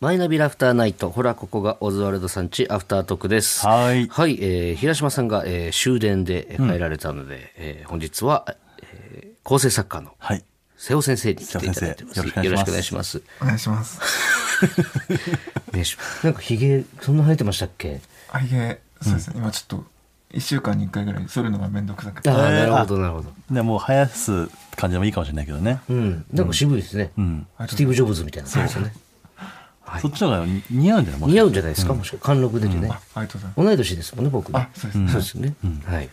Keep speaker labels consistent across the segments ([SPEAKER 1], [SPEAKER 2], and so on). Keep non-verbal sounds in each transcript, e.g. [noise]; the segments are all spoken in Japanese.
[SPEAKER 1] マイナビラフターナイト。ほら、ここがオズワルドさんちアフタートークです。
[SPEAKER 2] はい
[SPEAKER 1] はい、えー、平島さんが、えー、終電でえー帰られたので、えー本日は、えー、構成作家の
[SPEAKER 2] はい。
[SPEAKER 1] 瀬尾先生に来ていただいてます。
[SPEAKER 2] 瀬尾先生
[SPEAKER 1] よろしくお願いします。
[SPEAKER 3] お願いします。
[SPEAKER 1] お願いしますなんかヒゲ、そんな生えてましたっけ
[SPEAKER 3] あ、いえ、そうですね。今ちょっと、一週間に一回ぐらい剃るのがめんどくさくて。
[SPEAKER 1] ああ、
[SPEAKER 3] あ
[SPEAKER 1] なるほど、なるほど。
[SPEAKER 2] でもう生やす感じでもいいかもしれないけどね。
[SPEAKER 1] うん。なんか渋いですね。
[SPEAKER 2] ん
[SPEAKER 1] スティーブ・ジョブズみたいな感じですよね。
[SPEAKER 2] そっちの方が似合うんじゃないもし
[SPEAKER 1] 似合うんじゃないですか、もしか貫禄出てね。
[SPEAKER 3] りがとうございます。
[SPEAKER 1] 同い年ですもんね、僕ね
[SPEAKER 3] あ、そうですね。
[SPEAKER 1] そうですよね、はい。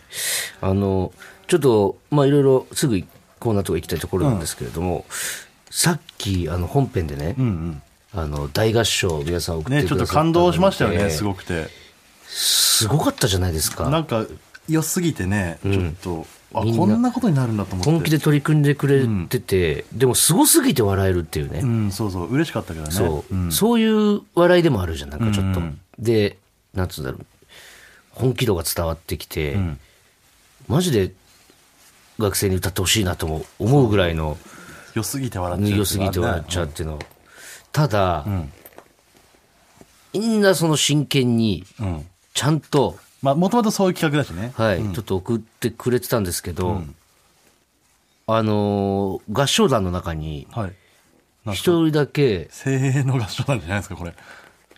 [SPEAKER 1] あの、ちょっと、まあ、いろいろすぐコーナーとか行きたいところなんですけれども、さっき、あの、本編でね、あの、大合唱を皆さん送ってくだ
[SPEAKER 2] ね、ち
[SPEAKER 1] さ
[SPEAKER 2] ょ
[SPEAKER 1] っ
[SPEAKER 2] ったと感動しましたよ
[SPEAKER 1] の
[SPEAKER 2] ね、
[SPEAKER 1] です
[SPEAKER 2] ごくて。
[SPEAKER 1] すごかったじゃないです
[SPEAKER 2] な
[SPEAKER 1] か。
[SPEAKER 2] んか、良すぎてね、ちょっと、あ、
[SPEAKER 1] みんな
[SPEAKER 2] こんなことになるんだと思って。
[SPEAKER 1] 本気で取り組んでくれてて、でもすごすぎて笑えるっていうね。
[SPEAKER 2] うん、そうそう、嬉しかったけどね。
[SPEAKER 1] そう、
[SPEAKER 2] ん
[SPEAKER 1] そういう笑いでもあるじゃん、なんかちょっと。
[SPEAKER 2] うんうん
[SPEAKER 1] で、なんつうんだろう。本気度が伝わってきて、
[SPEAKER 2] うん
[SPEAKER 1] マジで学生に歌ってほしいなとも思うぐらいの、
[SPEAKER 2] 良すぎて笑っちゃう。
[SPEAKER 1] 良すぎて笑っちゃうっていうの。ただ、
[SPEAKER 2] ん
[SPEAKER 1] みんなその真剣に、
[SPEAKER 2] うん。うん。
[SPEAKER 1] ちゃんと、
[SPEAKER 2] まあ、もともとそういう企画だしね。
[SPEAKER 1] はい、ちょっと送ってくれてたんですけど、あのー合唱団の中に、
[SPEAKER 2] はい。なんか
[SPEAKER 1] 一人だけ、
[SPEAKER 2] 精鋭の合唱なんじゃないですか、これ。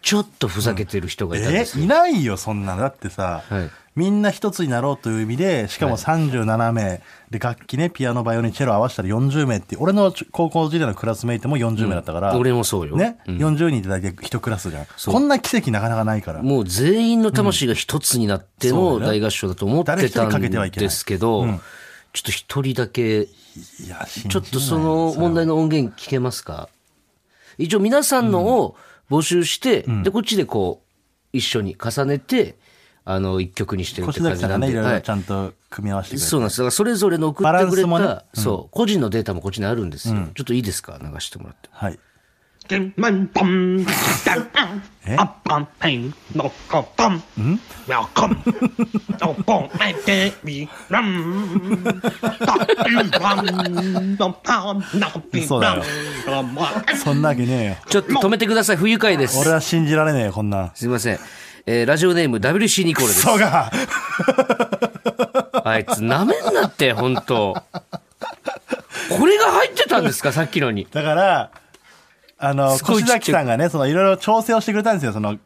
[SPEAKER 1] ちょっとふざけてる人がいたんで
[SPEAKER 2] え
[SPEAKER 1] すよ。
[SPEAKER 2] いないよ、そんなの。だってさ、
[SPEAKER 1] はい
[SPEAKER 2] みんな一つになろうという意味で、しかも37名、で、楽器ね、ピアノ、バイオリン、チェロ合わせたら40名って、俺の高校時代のクラスメイトも40名だったから、
[SPEAKER 1] 俺もそうよ。
[SPEAKER 2] ね、40人いただいて一クラスじゃん。
[SPEAKER 1] う
[SPEAKER 2] こんな奇跡なかなかないから。
[SPEAKER 1] もう全員の魂が一つになっての
[SPEAKER 2] うんそうだ
[SPEAKER 1] 大
[SPEAKER 2] ね
[SPEAKER 1] 合唱だと思ってた
[SPEAKER 2] 誰一人欠けてはい
[SPEAKER 1] ん
[SPEAKER 2] けない
[SPEAKER 1] ですけど、ちょっと一人だけ、
[SPEAKER 2] いや、信
[SPEAKER 1] ち
[SPEAKER 2] じ
[SPEAKER 1] ょっ
[SPEAKER 2] られない
[SPEAKER 1] とその問題の音源聞けますか一応皆さんのを募集して、で、こっちでこう、一緒に重ねて、あの、一曲にしてるって
[SPEAKER 2] 越
[SPEAKER 1] 感
[SPEAKER 2] 崎
[SPEAKER 1] じ
[SPEAKER 2] さん
[SPEAKER 1] な
[SPEAKER 2] が
[SPEAKER 1] ん
[SPEAKER 2] ね、い
[SPEAKER 1] で。
[SPEAKER 2] ろい
[SPEAKER 1] は
[SPEAKER 2] ろ
[SPEAKER 1] い
[SPEAKER 2] ちゃんと組み合わせてくれて。
[SPEAKER 1] そうなんです。だからそれぞれの送ってくれ
[SPEAKER 2] バラン
[SPEAKER 1] た、そう、個人のデータもこっちにあるんですよ。ちょっといいですか流してもらって。
[SPEAKER 2] はい。
[SPEAKER 4] パンパンパン
[SPEAKER 2] え
[SPEAKER 4] あパンパンのこパンのこのこめてみらんパンパンのパンのピ
[SPEAKER 2] そうだよ
[SPEAKER 4] ラン
[SPEAKER 2] そんなわけねえよ。
[SPEAKER 1] ちょっと止めてください。不愉快です。
[SPEAKER 2] 俺は信じられねえよ、こんなん。
[SPEAKER 1] すいません。えーラジオネーム WC ニコルです。
[SPEAKER 2] そうか
[SPEAKER 1] あいつ、舐めんなって、本当これが入ってたんですか、さっきのに。
[SPEAKER 2] だから、あの、
[SPEAKER 1] すごいちっち
[SPEAKER 2] 越
[SPEAKER 1] ゃい
[SPEAKER 2] 崎さんがね、そのいろいろ調整をしてくれたんですよ、その、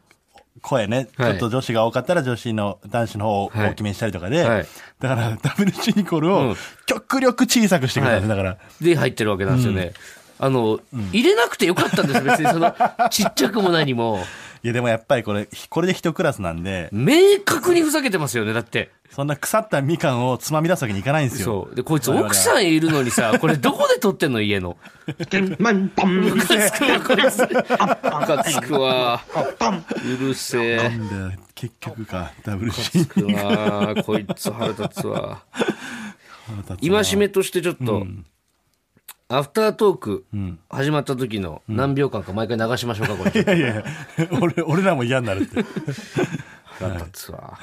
[SPEAKER 2] 声ね、
[SPEAKER 1] はい
[SPEAKER 2] ちょっと女子が多かったら女子の、男子の方を
[SPEAKER 1] はい
[SPEAKER 2] 大きめにしたりとかで、
[SPEAKER 1] はい
[SPEAKER 2] だから、WC ニコル
[SPEAKER 1] う
[SPEAKER 2] を
[SPEAKER 1] ん
[SPEAKER 2] 極力小さくしてくれたんです、
[SPEAKER 1] はい
[SPEAKER 2] だから。
[SPEAKER 1] で、入ってるわけなんですよね。あの、入れなくてよかったんですよ、別に。その、ちっちゃくも何も。
[SPEAKER 2] いや、でもやっぱりこれ、これで一クラスなんで、
[SPEAKER 1] 明確にふざけてますよね、だって。
[SPEAKER 2] そんな腐ったみかんをつまみ出すわけにいかないんですよ。
[SPEAKER 1] そう。で、こいつ奥さんいるのにさ、これどこで撮ってんの、家の。
[SPEAKER 4] パン
[SPEAKER 1] こいつ、ムカつくわ。
[SPEAKER 4] パン
[SPEAKER 1] うるせえ。
[SPEAKER 2] なんだ結局か、WC
[SPEAKER 1] うわーこいつ腹立つわ。
[SPEAKER 2] 今
[SPEAKER 1] 戒めとしてちょっと、アフタートーク始まった時の何秒間か毎回流しましょうか、これ。
[SPEAKER 2] いやいや、俺、俺らも嫌にな
[SPEAKER 1] [laughs]
[SPEAKER 2] るって。
[SPEAKER 1] 腹立つわ。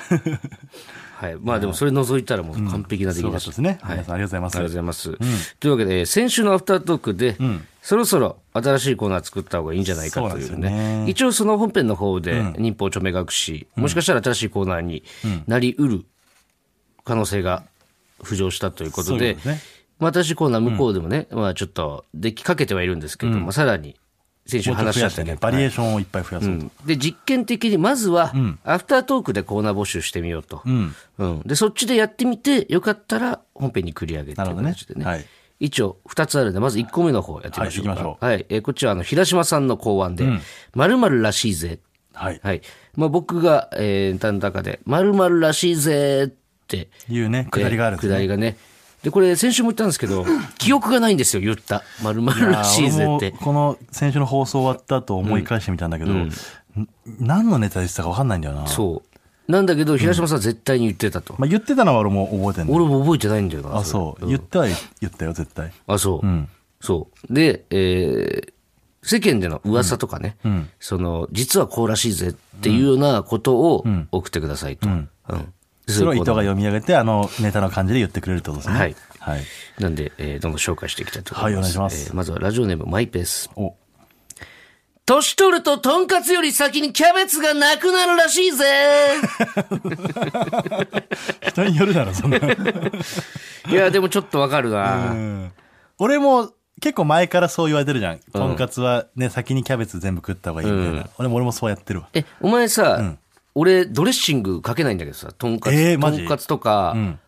[SPEAKER 1] はい。まあでもそれ除いたらもう完璧な出来
[SPEAKER 2] すごか
[SPEAKER 1] で
[SPEAKER 2] った
[SPEAKER 1] した。あり
[SPEAKER 2] ですね。皆さんありがとうご
[SPEAKER 1] がと
[SPEAKER 2] ざいうま
[SPEAKER 1] ご
[SPEAKER 2] す。
[SPEAKER 1] ざいます。というわけで、先週のアフタートークで、そろそろ新しいコーナー作った方がいいんじゃないかとい
[SPEAKER 2] そううなんですよ
[SPEAKER 1] ね。
[SPEAKER 2] ね
[SPEAKER 1] 一応その本編の方で、忍法著名学士、もしかしたら新しいコーナーになりうる可能性が浮上したということ
[SPEAKER 2] そういう
[SPEAKER 1] で
[SPEAKER 2] ことね、
[SPEAKER 1] まあ私コーナー向こうでもね、まあちょっとできかけてはいるんですけれども、さらに先週
[SPEAKER 2] もうちょっ
[SPEAKER 1] 話し
[SPEAKER 2] と増
[SPEAKER 1] 合
[SPEAKER 2] や
[SPEAKER 1] っ
[SPEAKER 2] したて
[SPEAKER 1] け
[SPEAKER 2] ね
[SPEAKER 1] ど、
[SPEAKER 2] バリエーションをいっぱい増やそうと。
[SPEAKER 1] で、実験的にまずは、アフタートークでコーナー募集してみようと。うん。で、そっちでやってみて、よかったら本編に繰り上げって
[SPEAKER 2] なる
[SPEAKER 1] いう
[SPEAKER 2] ほどね
[SPEAKER 1] 形でね。
[SPEAKER 2] はい
[SPEAKER 1] 一応、二つあるんで、まず一個目の方やってみましょうか。
[SPEAKER 2] はい行きましょ
[SPEAKER 1] はいえーこっちは、あの、平島さんの考案で、〇〇らしいぜ。
[SPEAKER 2] はい。
[SPEAKER 1] はい。まあ、僕が、えー、歌の中で、〇〇らしいぜって。
[SPEAKER 2] いうね、くだりがあるんです
[SPEAKER 1] 下
[SPEAKER 2] ね
[SPEAKER 1] りがね。で、これ、先週も言ったんですけ
[SPEAKER 2] [laughs]
[SPEAKER 1] ど、記憶がないんですよ、言った。〇〇らしいぜっ
[SPEAKER 2] いやー俺
[SPEAKER 1] て
[SPEAKER 2] も。この先週の放送終わった後思い返してみたんだけど、ん何のネタでしたか分かんないんだよな。
[SPEAKER 1] そう。なんだけど、平島さんは絶対に言ってたと。
[SPEAKER 2] まあ、言ってたのは俺も覚えてんだよ
[SPEAKER 1] 俺も覚えてないんだよな。
[SPEAKER 2] あ、そう。言っては言ったよ、絶対。
[SPEAKER 1] う。あ、そう。そう。で、えー世間での噂とかね、その、実はこうらしいぜっていうようなことを送ってくださいと。うん。
[SPEAKER 2] それを伊藤が
[SPEAKER 1] い
[SPEAKER 2] 読み上げて、あのネタの感じで言ってくれるってことですね。
[SPEAKER 1] はい
[SPEAKER 2] はい。
[SPEAKER 1] なんで、えーどんどん紹介していきたいと思います。
[SPEAKER 2] はいお願いします
[SPEAKER 1] えーまずはラジオネームマイペース。
[SPEAKER 2] お、
[SPEAKER 1] 年取るととんかつより先にキャベツがなくなるらしい [laughs] ぜ。
[SPEAKER 2] 人によるだろ、そん
[SPEAKER 1] [laughs]
[SPEAKER 2] な。
[SPEAKER 1] いや、でもちょっとわかる
[SPEAKER 2] う
[SPEAKER 1] な。
[SPEAKER 2] ん俺も結構前からそう言われてるじゃん。とんかつはね、先にキャベツ全部食った方がいいみたいな。俺も俺もそうやってるわ。
[SPEAKER 1] え、お前さ、
[SPEAKER 2] ん
[SPEAKER 1] 俺ドレッシングかけないんだけどさ、とんかつ、
[SPEAKER 2] えー
[SPEAKER 1] と
[SPEAKER 2] マジ
[SPEAKER 1] んかつとか
[SPEAKER 2] ん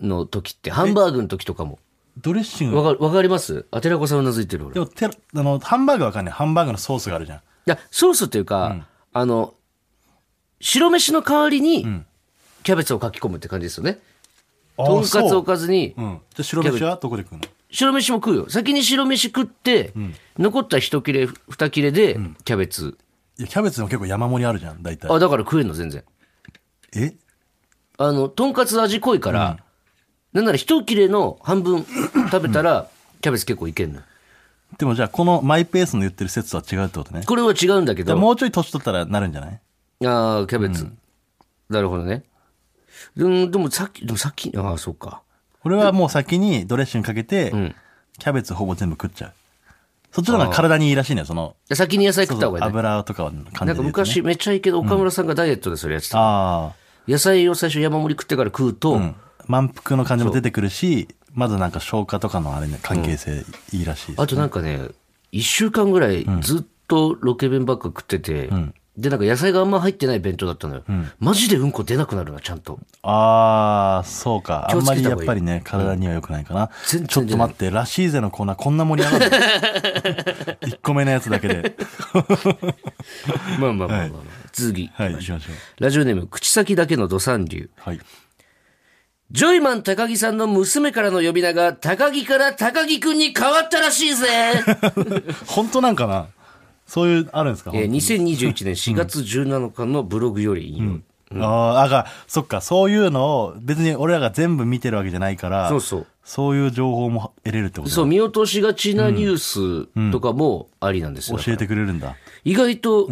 [SPEAKER 1] の時って、ハンバーグの時とかも。
[SPEAKER 2] ドレッシング。
[SPEAKER 1] わかわかりますあてらこさんうなずいてる俺。
[SPEAKER 2] で
[SPEAKER 1] い
[SPEAKER 2] もて、あの、ハンバーグわかんない。ハンバーグのソースがあるじゃん。
[SPEAKER 1] や、ソースっていうか、あの、白飯の代わりに、キャベツをかき込むって感じですよね。
[SPEAKER 2] あー
[SPEAKER 1] とんかつ
[SPEAKER 2] そ
[SPEAKER 1] お
[SPEAKER 2] う
[SPEAKER 1] かずに、
[SPEAKER 2] うん。じゃあ白飯はどこで食うの
[SPEAKER 1] 白飯も食うよ。先に白飯食って、残った一切れ、二切れで、キャベツ。
[SPEAKER 2] いや、キャベツも結構山盛りあるじゃん、大体。
[SPEAKER 1] あ、だから食えるの全然。
[SPEAKER 2] え
[SPEAKER 1] あの、とんかつ味濃いから、なんなら一切れの半
[SPEAKER 2] [laughs]
[SPEAKER 1] 分食べたら、キャベツ結構いけんのよ。
[SPEAKER 2] でもじゃあ、このマイペースの言ってる説とは違うってことね。
[SPEAKER 1] これは違うんだけ
[SPEAKER 2] じゃあ
[SPEAKER 1] ど、
[SPEAKER 2] もうちょい年取ったらなるんじゃない
[SPEAKER 1] ああ、キャベツ。なるほどね。うん、でもさっき、でもさっき、ああ、そうか。
[SPEAKER 2] 俺はもう先にドレッシングかけて、キャベツほぼ全部食っちゃう。そっちの方が体にいいらしいのよ、その、
[SPEAKER 1] 先に野菜食った方がいいね、
[SPEAKER 2] 油とかは感じで
[SPEAKER 1] なん
[SPEAKER 2] 言う
[SPEAKER 1] か
[SPEAKER 2] とね
[SPEAKER 1] 昔めっちゃいいけど、岡村さんがダイエットでそれやってた。
[SPEAKER 2] あ
[SPEAKER 1] 野菜を最初山盛り食ってから食うと、
[SPEAKER 2] あ、うん。満腹の感じも出てくるし、まずなんか消化とかのあれね、関係性いいらしいです、
[SPEAKER 1] あとなんかね、1週間ぐらいずっとロケ弁ばっか食ってて、で、なんか野菜があんま入ってない弁当だったのよ。マジでうんこ出なくなるな、ちゃんと。
[SPEAKER 2] ああ、そうか。あ
[SPEAKER 1] 気を
[SPEAKER 2] ん
[SPEAKER 1] つ
[SPEAKER 2] ま
[SPEAKER 1] け
[SPEAKER 2] り
[SPEAKER 1] た
[SPEAKER 2] や
[SPEAKER 1] 方
[SPEAKER 2] っ
[SPEAKER 1] がいい
[SPEAKER 2] ぱりね、体には良くないかな。
[SPEAKER 1] 全然
[SPEAKER 2] ちょっと待って、らしいぜのコーナー、こんな盛り上がる
[SPEAKER 1] [laughs]
[SPEAKER 2] の一個目のやつだけで。
[SPEAKER 1] まあまあまあまあ、まあ
[SPEAKER 2] は
[SPEAKER 1] 次、
[SPEAKER 2] はい、行きましょう。
[SPEAKER 1] ラジオネーム、口先だけの土産流。
[SPEAKER 2] はい。
[SPEAKER 1] ジョイマン高木さんの娘からの呼び名が、高木から高木くんに変わったらし
[SPEAKER 2] [laughs]
[SPEAKER 1] いぜ
[SPEAKER 2] 本当なんかなそういう、あるんですか、
[SPEAKER 1] えー
[SPEAKER 2] 本
[SPEAKER 1] !2021 年4月17日のブログより引用、
[SPEAKER 2] 当にああ、あが、そっか、そういうのを、別に俺らが全部見てるわけじゃないから、
[SPEAKER 1] そうそう。
[SPEAKER 2] そういう情報も得れるってことだ
[SPEAKER 1] そう、見落としがちなニュースとかもありなんですよ。
[SPEAKER 2] 教えてくれるんだ。
[SPEAKER 1] 意外と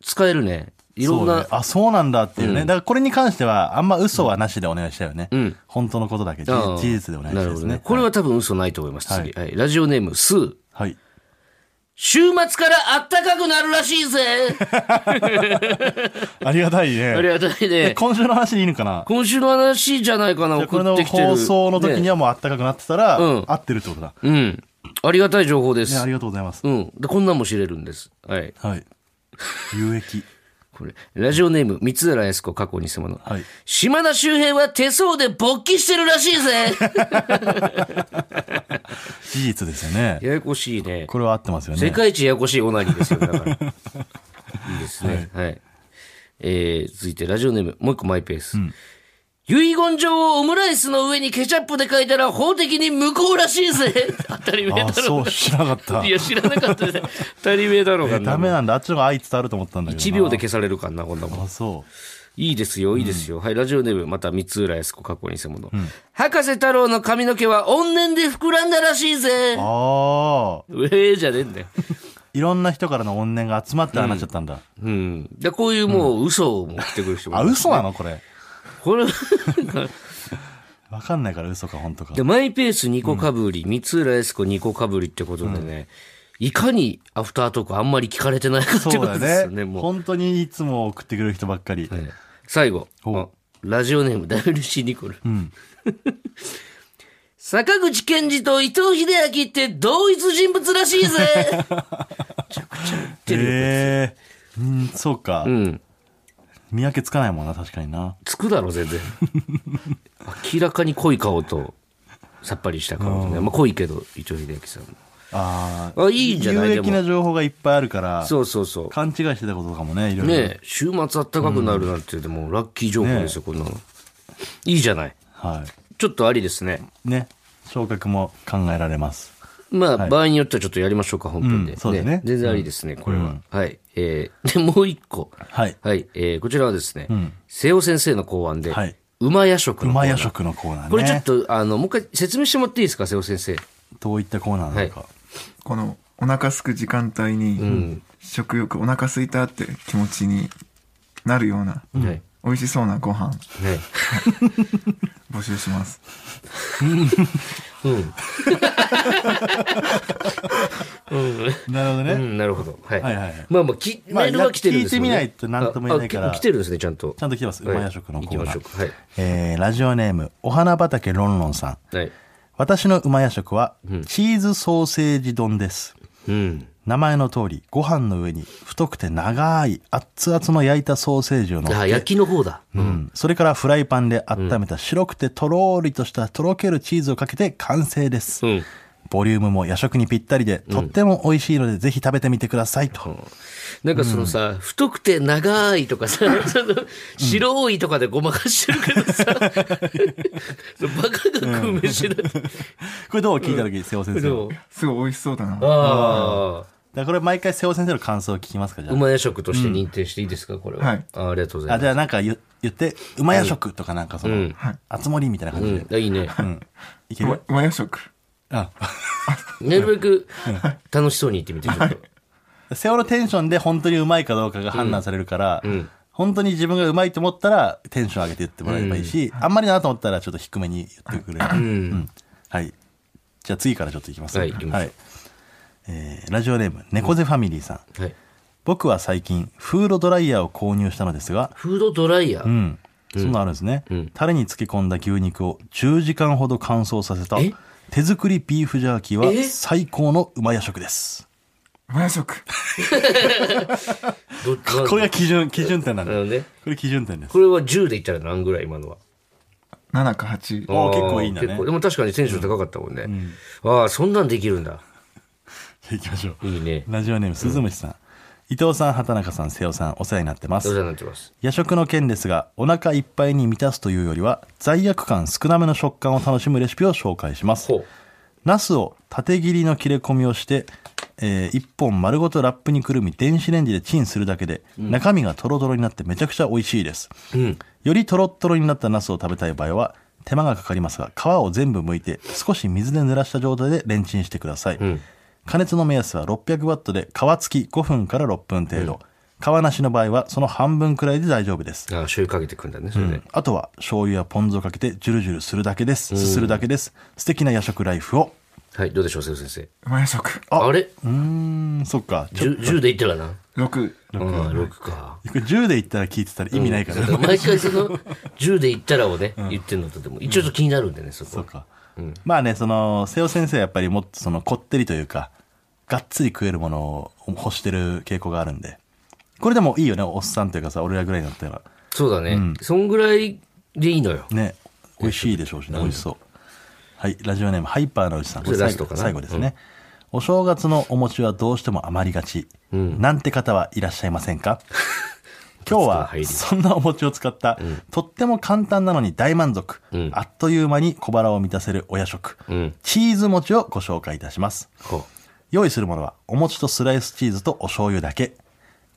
[SPEAKER 1] 使えるね。いろん
[SPEAKER 2] そう
[SPEAKER 1] な
[SPEAKER 2] ね、あ、そうなんだっていうね。だからこれに関しては、あんま嘘はなしでお願いしたよね。本当のことだけ、
[SPEAKER 1] あ
[SPEAKER 2] 事
[SPEAKER 1] あ
[SPEAKER 2] 実でお願いし
[SPEAKER 1] な
[SPEAKER 2] た
[SPEAKER 1] る
[SPEAKER 2] いで
[SPEAKER 1] ほ
[SPEAKER 2] す
[SPEAKER 1] ど
[SPEAKER 2] ね
[SPEAKER 1] ね。。これは多分嘘ないと思います。次。はい。ラジオネーム、スー。
[SPEAKER 2] はい。
[SPEAKER 1] 週末からあったかくなるらしい
[SPEAKER 2] [laughs]
[SPEAKER 1] ぜ
[SPEAKER 2] ありがたいね。
[SPEAKER 1] ありがたいね。
[SPEAKER 2] 今週の話でいいのかな
[SPEAKER 1] 今週の話じゃないかな、
[SPEAKER 2] こ
[SPEAKER 1] 送
[SPEAKER 2] れ
[SPEAKER 1] っ
[SPEAKER 2] の
[SPEAKER 1] てきてる。
[SPEAKER 2] 放送の時に
[SPEAKER 1] ね
[SPEAKER 2] はもうあったかくなってたら、
[SPEAKER 1] うん
[SPEAKER 2] 合ってるってことだ、ね、
[SPEAKER 1] うん。ありがたい情報で
[SPEAKER 2] あ
[SPEAKER 1] す。
[SPEAKER 2] りがとうございます、
[SPEAKER 1] うん。で、こんなんも知れるんです。はい。
[SPEAKER 2] はい有益
[SPEAKER 1] これ。ラジオネーム、三浦康子、過去に迫の。
[SPEAKER 2] はい
[SPEAKER 1] 島田周平は手相で勃起してるらしいぜ
[SPEAKER 2] [laughs] 事実ですよね
[SPEAKER 1] ややこしいね。
[SPEAKER 2] これは合ってますよね
[SPEAKER 1] 世界一ややこしいオナニーですよ、だか
[SPEAKER 2] [laughs]
[SPEAKER 1] ら。いいですね。はい。えー、続いてラジオネーム、もう一個マイペース。遺言状をオムライスの上にケチャップで書いたら法的に無効らしいぜ
[SPEAKER 2] [laughs]
[SPEAKER 1] 当たり前
[SPEAKER 2] あ
[SPEAKER 1] だ
[SPEAKER 2] そ
[SPEAKER 1] ろ
[SPEAKER 2] う知らなかった
[SPEAKER 1] いや、知らなかったですね。当たり前だろうが
[SPEAKER 2] ダ
[SPEAKER 1] な。
[SPEAKER 2] メなんだあっちの方が愛伝わると思ったんだけどな
[SPEAKER 1] 1秒で消されるかな、こんなもん。
[SPEAKER 2] あそう
[SPEAKER 1] いいですよ、いいですよ。はい、ラジオネーム、また三浦康子、過去偽物。博士太郎の髪の毛は怨念で膨らんだらしいぜ
[SPEAKER 2] ああ
[SPEAKER 1] うえーじゃねえんだよ。
[SPEAKER 2] いろんな人からの怨念が集まって話しちゃったんだ、
[SPEAKER 1] うん。で、こういうもう嘘を持ってくる人もい
[SPEAKER 2] あ
[SPEAKER 1] る
[SPEAKER 2] 嘘なのこれ
[SPEAKER 1] これ、
[SPEAKER 2] わかんないから嘘か本当か
[SPEAKER 1] で、マイペース2個かぶり、三浦康子2個かぶりってことでね、いかにアフタートークあんまり聞かれてないかって
[SPEAKER 2] そ
[SPEAKER 1] こ
[SPEAKER 2] う
[SPEAKER 1] と
[SPEAKER 2] だ
[SPEAKER 1] ですよ
[SPEAKER 2] ね
[SPEAKER 1] ね、も
[SPEAKER 2] 本当にいつも送ってくれる人ばっかり、
[SPEAKER 1] う。はい最後、
[SPEAKER 2] う
[SPEAKER 1] あラジオネーム WC ニコル。
[SPEAKER 2] ん
[SPEAKER 1] [laughs] 坂口健二と伊藤英明って同一人物らしいぜめちゃくちゃ言ってるよ。
[SPEAKER 2] ええうんそうか、
[SPEAKER 1] うん。
[SPEAKER 2] 見分けつかないもんな確かにな
[SPEAKER 1] つくだろ全然明らかに濃い顔とさっぱりした顔とね、まあ、濃いけど伊藤英明さんも
[SPEAKER 2] あ
[SPEAKER 1] あいいんじゃない
[SPEAKER 2] 有益
[SPEAKER 1] で
[SPEAKER 2] な情報がいっぱいあるから
[SPEAKER 1] そうそうそ
[SPEAKER 2] 勘違いしてたこととかもねいろ
[SPEAKER 1] う
[SPEAKER 2] いろ、
[SPEAKER 1] ねえ週末あったかくなるなんて、でもラッキー情報ですよ、こんなのいいじゃない
[SPEAKER 2] は
[SPEAKER 1] ちょっとありですね
[SPEAKER 2] いね昇格も考えられます
[SPEAKER 1] まあ、場合によってはちょっとやりましょうか本編で、
[SPEAKER 2] うんそうだね
[SPEAKER 1] 全然ありですね、これは、はいえーでもう一個
[SPEAKER 2] はい
[SPEAKER 1] はい、えーこちらはですね、瀬尾先生の考案で、
[SPEAKER 2] はい
[SPEAKER 1] 馬夜食のコーナ
[SPEAKER 2] 馬
[SPEAKER 1] ー
[SPEAKER 2] 夜食のコーナーね
[SPEAKER 1] これちょっとあのもう一回説明してもらっていいですか瀬尾先生
[SPEAKER 2] どういったコーナーなのか、
[SPEAKER 3] このお腹すく時間帯に食欲お腹すいたって気持ちになるような
[SPEAKER 1] はい
[SPEAKER 3] 美味しそうなご飯
[SPEAKER 1] ね。
[SPEAKER 3] 募集します。
[SPEAKER 1] うん。
[SPEAKER 2] なるほどね。
[SPEAKER 1] うん、 [laughs] なるほど。はい。
[SPEAKER 2] はいはいはい
[SPEAKER 1] まあまあ、きメ
[SPEAKER 2] まあ
[SPEAKER 1] ールは来てるんですよ、ね。
[SPEAKER 2] 聞いてみないと何とも言えないから
[SPEAKER 1] ああき来てるんですね、ちゃんと。
[SPEAKER 2] ちゃんと来てます。う
[SPEAKER 1] はい
[SPEAKER 2] まや食のコー
[SPEAKER 1] 行
[SPEAKER 2] ナ
[SPEAKER 1] きましょ
[SPEAKER 2] ー
[SPEAKER 1] う。か。はい。
[SPEAKER 2] えーラジオネーム、お花畑ロンロンさん。
[SPEAKER 1] はい。
[SPEAKER 2] 私のうまや食は、チーズソーセージ丼です。
[SPEAKER 1] うん。
[SPEAKER 2] 名前の通り、ご飯の上に太くて長い熱々の焼いたソーセージを乗
[SPEAKER 1] あ、
[SPEAKER 2] せて、
[SPEAKER 1] 焼きの方だ。う。
[SPEAKER 2] うんんそれからフライパンで温めた白くてとろーりとしたとろけるチーズをかけて完成です。
[SPEAKER 1] うん
[SPEAKER 2] ボリュームも夜食にぴったりで、とっても美味しいので、ぜひ食べてみてくださいと。
[SPEAKER 1] なんかそのさ、太くて長いとか
[SPEAKER 2] [laughs]
[SPEAKER 1] さ、その白いとかでごまかしてるけどさ、バカが食う飯だって。
[SPEAKER 2] これどう聞いた時、瀬尾先
[SPEAKER 1] で
[SPEAKER 2] 生は。
[SPEAKER 1] も
[SPEAKER 3] すごい美味しそうだな。
[SPEAKER 1] あ
[SPEAKER 3] は
[SPEAKER 2] だからこれ毎回瀬尾先生の感想を聞きますか、じゃ
[SPEAKER 1] あ、
[SPEAKER 2] あ
[SPEAKER 1] う。まや食として認定していいですか、これは。
[SPEAKER 3] はい
[SPEAKER 1] あありがとうござい
[SPEAKER 2] あ、
[SPEAKER 1] ま
[SPEAKER 2] じ
[SPEAKER 1] す。
[SPEAKER 2] ゃあなんか言言って、うまや食とかなんかその、
[SPEAKER 1] うん
[SPEAKER 2] あつ森みたいな感
[SPEAKER 1] う
[SPEAKER 2] じで。
[SPEAKER 1] ん、あいいね。
[SPEAKER 2] いける
[SPEAKER 3] 和洋食。
[SPEAKER 2] あ、
[SPEAKER 1] なるべく楽しそうに言ってみて、ちょっと。
[SPEAKER 2] セオのテンションで本当にうまいかどうかが判断されるから、
[SPEAKER 1] ん
[SPEAKER 2] 本当に自分がうまいと思ったらテンション上げて言ってもらえばいいし、あんまりだなと思ったらちょっと低めに言ってくれる。うんはい。じゃあ次からちょっといきます。
[SPEAKER 1] はい行きましょう
[SPEAKER 2] えーラジオネーム、猫背ファミリーさん。
[SPEAKER 1] はい。
[SPEAKER 2] 僕は最近、フードドライヤーを購入したのですが、
[SPEAKER 1] フードドライヤー。
[SPEAKER 2] うん。そんなのあるんですね、
[SPEAKER 1] うん
[SPEAKER 2] タレに漬け込んだ牛肉を10時間ほど乾燥させた
[SPEAKER 1] え
[SPEAKER 2] 手作りビーフジャーキー
[SPEAKER 1] え
[SPEAKER 2] は最高のうま夜食です。
[SPEAKER 3] 和洋食。
[SPEAKER 1] どっち
[SPEAKER 2] これが基準、基準点なん
[SPEAKER 1] な
[SPEAKER 2] で
[SPEAKER 1] る
[SPEAKER 2] す。
[SPEAKER 1] ほどね。
[SPEAKER 2] これ基準点です。
[SPEAKER 1] これは10でいったら何ぐらい今のは。
[SPEAKER 3] 7か8。
[SPEAKER 1] あ
[SPEAKER 2] おー
[SPEAKER 1] ー
[SPEAKER 2] 結構いいんだね
[SPEAKER 1] 結構でも確かにテンション高かったもんね。ああ、そんなんできるんだ。
[SPEAKER 2] 行きましょう。
[SPEAKER 1] いいね。
[SPEAKER 2] ラジオネーム、鈴虫さん,、伊藤さん、畑中さん、瀬尾さん、お世話になってま
[SPEAKER 1] お世話
[SPEAKER 2] す。
[SPEAKER 1] になってます。
[SPEAKER 2] 夜食の件ですが、お腹いっぱいに満たすというよりは、罪悪感少なめの食感を楽しむレシピを紹介します。
[SPEAKER 1] ほう。
[SPEAKER 2] ナスを縦切りの切れ込みをして、え1本丸ごとラップにくるみ電子レンジでチンするだけで、中身がトロトロになってめちゃくちゃ美味しいです、
[SPEAKER 1] ん
[SPEAKER 2] よりトロットロになったナスを食べたい場合は手間がかかりますが皮を全部剥いて少し水で濡らした状態でレンチンしてください、加熱の目安は600ワットで皮付き5分から6分程度、皮なしの場合はその半分くらいで大丈夫です
[SPEAKER 1] ああ、醤油かけてくんだね、それで。
[SPEAKER 2] あとは醤油やポン酢をかけてジュルジュルするだけです、すするだけです素敵な夜食ライフを
[SPEAKER 1] はい、どうでしょう、瀬尾先生。
[SPEAKER 3] 和洋食。
[SPEAKER 1] あれ
[SPEAKER 2] うんそっか
[SPEAKER 1] 10, ?10 でいったらな。
[SPEAKER 3] 6。
[SPEAKER 1] うん、6か。
[SPEAKER 2] これ10で言ったら聞いてたら意味ないから、
[SPEAKER 1] だから毎回その10でいったらをね、言ってるのとでも、一応ちょっと気になるんでね、そこ。
[SPEAKER 2] そうか、まあねその瀬尾先生はやっぱりもっとそのこってりというかがっつり食えるものを欲してる傾向があるんでこれでもいいよねおっさんというかさ俺らぐらいになったら
[SPEAKER 1] そうだね、そんぐらいでいいのよ。
[SPEAKER 2] ね美味しいでしょうしね美味しそうはいラジオネームハイパーのうちさん
[SPEAKER 1] それラ
[SPEAKER 2] 最
[SPEAKER 1] スト
[SPEAKER 2] 後
[SPEAKER 1] かな
[SPEAKER 2] 最後ですね、お正月のお餅はどうしても余りがち、なんて方はいらっしゃいません [laughs] か今日は
[SPEAKER 1] 入り
[SPEAKER 2] そんなお餅を使った、とっても簡単なのに大満足、あっという間に小腹を満たせるお夜食、
[SPEAKER 1] ん
[SPEAKER 2] チーズ餅をご紹介いたします
[SPEAKER 1] ほ
[SPEAKER 2] 用意するものはお餅とスライスチーズとお醤油だけ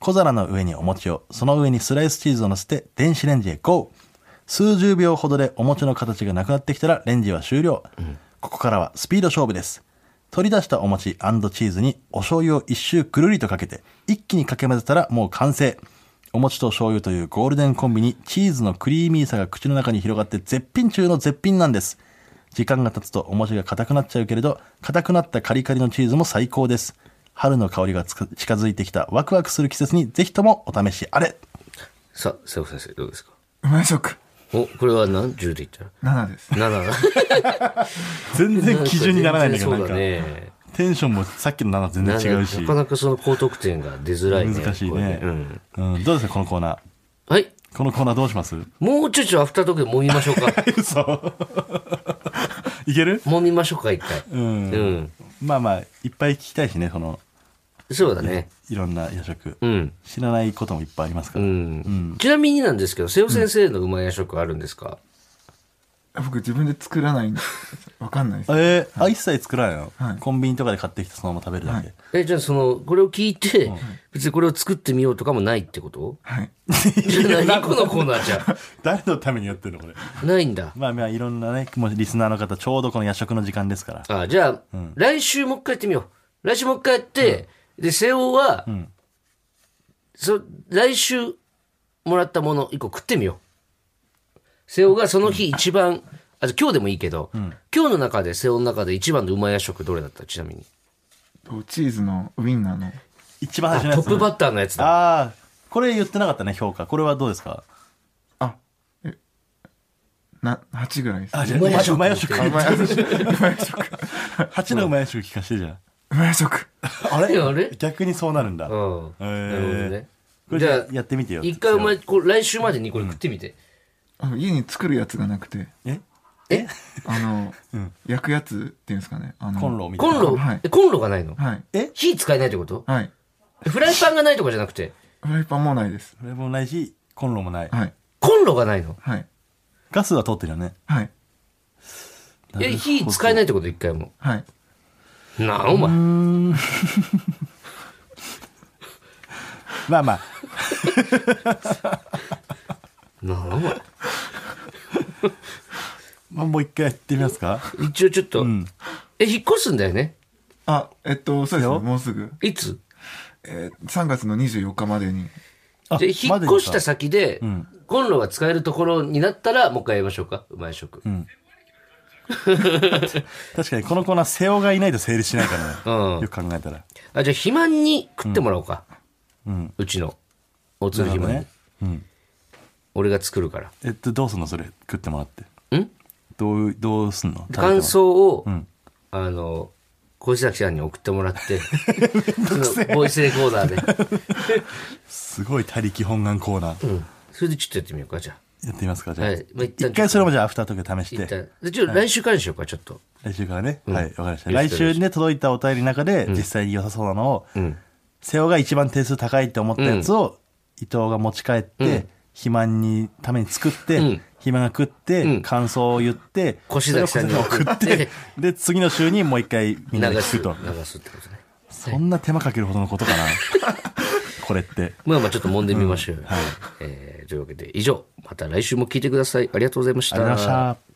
[SPEAKER 2] 小皿の上にお餅をその上にスライスチーズを乗せて電子レンジへ GO 数十秒ほどでお餅の形がなくなってきたらレンジは終了、ここからはスピード勝負です取り出したお餅チーズにお醤油を一周ぐるりとかけて一気にかけ混ぜたらもう完成お餅と醤油というゴールデンコンビにチーズのクリーミーさが口の中に広がって絶品中の絶品なんです時間が経つとお餅が硬くなっちゃうけれど硬くなったカリカリのチーズも最高です春の香りがつく近づいてきたワクワクする季節にぜひともお試しあれ
[SPEAKER 1] う。さあ、瀬尾先生、どうですか
[SPEAKER 3] 和洋食。
[SPEAKER 1] お、これは何 ?10 でいったら。
[SPEAKER 3] 7です。
[SPEAKER 1] 7。
[SPEAKER 2] [laughs] 全然基準にならないんだけど
[SPEAKER 1] そ
[SPEAKER 2] な
[SPEAKER 1] うんだ
[SPEAKER 2] か、
[SPEAKER 1] ね。
[SPEAKER 2] テンションもさっきの7全然違うし
[SPEAKER 1] なかなかその高得点が出づらいね。
[SPEAKER 2] 難しい
[SPEAKER 1] これ
[SPEAKER 2] ね
[SPEAKER 1] うん
[SPEAKER 2] うん、どうですかこのコーナー
[SPEAKER 1] はい。
[SPEAKER 2] このコーナーどうします
[SPEAKER 1] もうちょいちょいアフタートークで揉みましょう
[SPEAKER 2] [laughs]
[SPEAKER 1] か。
[SPEAKER 2] 嘘いける
[SPEAKER 1] 揉みましょうか、一回。
[SPEAKER 2] うん
[SPEAKER 1] うん。
[SPEAKER 2] まあまあいっぱい聞きたいしねその
[SPEAKER 1] そうだね。
[SPEAKER 2] いろんな夜食、
[SPEAKER 1] うん。
[SPEAKER 2] 知らないこともいっぱいありますか
[SPEAKER 1] う
[SPEAKER 2] ら、
[SPEAKER 1] ん。ちなみになんですけど、瀬尾先生のうまい夜食あるんですか
[SPEAKER 3] 僕自分で作らないんで、わかんないです。
[SPEAKER 2] えーあ一切作らないの、
[SPEAKER 3] はい
[SPEAKER 2] コンビニとかで買ってきてそのまま食べるだけ、
[SPEAKER 1] え、じゃあその、これを聞いて、別にこれを作ってみようとかもないってこと
[SPEAKER 3] はい。
[SPEAKER 1] じゃあ何このコーナーじゃ
[SPEAKER 2] [laughs] 誰のためにやってるのこれ
[SPEAKER 1] ないんだ。
[SPEAKER 2] まあまあいろんなねもうリスナーの方ちょうどこの夜食の時間ですから
[SPEAKER 1] あ、じゃあ、来週もう一回やってみよう。来週もう一回やって、で、瀬尾は、そ来週、もらったもの一個食ってみよう。瀬尾がその日一番、あ、じゃあ今日でもいいけど、今日の中で瀬尾の中で一番のうまい夜食どれだったちなみに。
[SPEAKER 3] とチーズのウインナーの
[SPEAKER 2] 一番
[SPEAKER 1] あ
[SPEAKER 2] 最初の
[SPEAKER 1] ト
[SPEAKER 2] や
[SPEAKER 1] ップ
[SPEAKER 2] つ。
[SPEAKER 1] バッターのやつだ。
[SPEAKER 2] ああ、これ言ってなかったね、評価。これはどうですか
[SPEAKER 3] あえな8ぐらいです
[SPEAKER 2] あ、じゃあ、
[SPEAKER 1] うまいやつ
[SPEAKER 2] うまいやつ
[SPEAKER 1] う
[SPEAKER 2] 食う
[SPEAKER 1] ま
[SPEAKER 3] うまいやつうまいやつう
[SPEAKER 2] 八のうまいやつ聞かせてじゃん。
[SPEAKER 3] まいやつ
[SPEAKER 2] あ
[SPEAKER 1] れあれ
[SPEAKER 2] 逆にそうなるん
[SPEAKER 1] う
[SPEAKER 2] だ。
[SPEAKER 1] ん。
[SPEAKER 2] え
[SPEAKER 1] な
[SPEAKER 2] ー
[SPEAKER 1] るほどね。
[SPEAKER 2] これじゃあやってみてよ。
[SPEAKER 1] 一回お前、こう来週までにこれ食ってみて。
[SPEAKER 3] あ家に作るやつがなくて
[SPEAKER 2] え
[SPEAKER 1] え
[SPEAKER 3] あの、焼くやつっていうんですかねあの
[SPEAKER 2] コンロみたい
[SPEAKER 1] コ
[SPEAKER 2] な。
[SPEAKER 1] ンロ、
[SPEAKER 3] はい
[SPEAKER 1] えコンロがないの
[SPEAKER 3] はい
[SPEAKER 1] 火使えないってこと
[SPEAKER 3] はい
[SPEAKER 1] フライパンがないとかじゃなくて、
[SPEAKER 3] フライパンもないです
[SPEAKER 2] これもないし、コンロもない。
[SPEAKER 3] はい
[SPEAKER 1] コンロがないの
[SPEAKER 3] はい
[SPEAKER 2] ガスは通ってるよね。
[SPEAKER 3] はい
[SPEAKER 1] え、火使えないってこと一回も。
[SPEAKER 3] はい
[SPEAKER 1] なあ、お前。
[SPEAKER 2] まあまあ、
[SPEAKER 1] なあ、お前。
[SPEAKER 2] まあ、もう一回やってみますか。
[SPEAKER 1] 一応ちょっと、え、引っ越すんだよね
[SPEAKER 3] あえっとそうですねもうすぐ、
[SPEAKER 1] いつ
[SPEAKER 3] えー、3月の24日までに
[SPEAKER 2] あ
[SPEAKER 1] じゃあ引っ越した
[SPEAKER 2] まだですか
[SPEAKER 1] 先で、コンロが使えるところになったら、もう一回やりましょうか。うまい食。うん。
[SPEAKER 2] 確かにこのコーナー、瀬尾がいないと成立しないからね。よく考えたら。
[SPEAKER 1] あ、じゃあ、肥満に食ってもらおうか。うちの、おつる肥満に、
[SPEAKER 2] なる
[SPEAKER 1] 俺が作るから。
[SPEAKER 2] えっと、どうすんのそれ、食ってもらって。
[SPEAKER 1] ん
[SPEAKER 2] どう、どうすんの食べてもらう
[SPEAKER 1] 感想を、あの、小石崎さんに送ってもら
[SPEAKER 2] [laughs]
[SPEAKER 1] って、そのボイスレコーダーで。
[SPEAKER 2] すごい他力本願コーナー。
[SPEAKER 1] うん。それでちょっとやってみようか、じゃあ。
[SPEAKER 2] やってみますか、じゃあ。
[SPEAKER 1] はいまあ一旦
[SPEAKER 2] 一回それもじゃあ、アフタートーク試し
[SPEAKER 1] 一
[SPEAKER 2] て。
[SPEAKER 1] 旦。でちょっと来週からにしようか、ちょっと。
[SPEAKER 2] 来週からね。はい、わかりました。
[SPEAKER 1] よろ
[SPEAKER 2] 来
[SPEAKER 1] しくお願い
[SPEAKER 2] 週
[SPEAKER 1] し
[SPEAKER 2] ね、届いたお便りの中で、実際に良さそうなのを、瀬尾が一番点数高いって思ったやつを、伊藤が持ち帰って、肥満に、ために作って、
[SPEAKER 1] ん
[SPEAKER 2] 肥満が食って、感想を言って、
[SPEAKER 1] 越崎さんに
[SPEAKER 2] それを小石崎さん
[SPEAKER 1] [laughs]
[SPEAKER 2] に送って、で、次の週にもう一回みんなで
[SPEAKER 1] 流す。
[SPEAKER 2] 聞くと。
[SPEAKER 1] 流すってことね。
[SPEAKER 2] そんな手間かけるほどのことか
[SPEAKER 1] [laughs]
[SPEAKER 2] な。これって。
[SPEAKER 1] まあまあちょっと揉んでみましょうよ。えーというわけで以上、また来週も聞いてください。ありがとうございました。
[SPEAKER 2] ありがとうございました。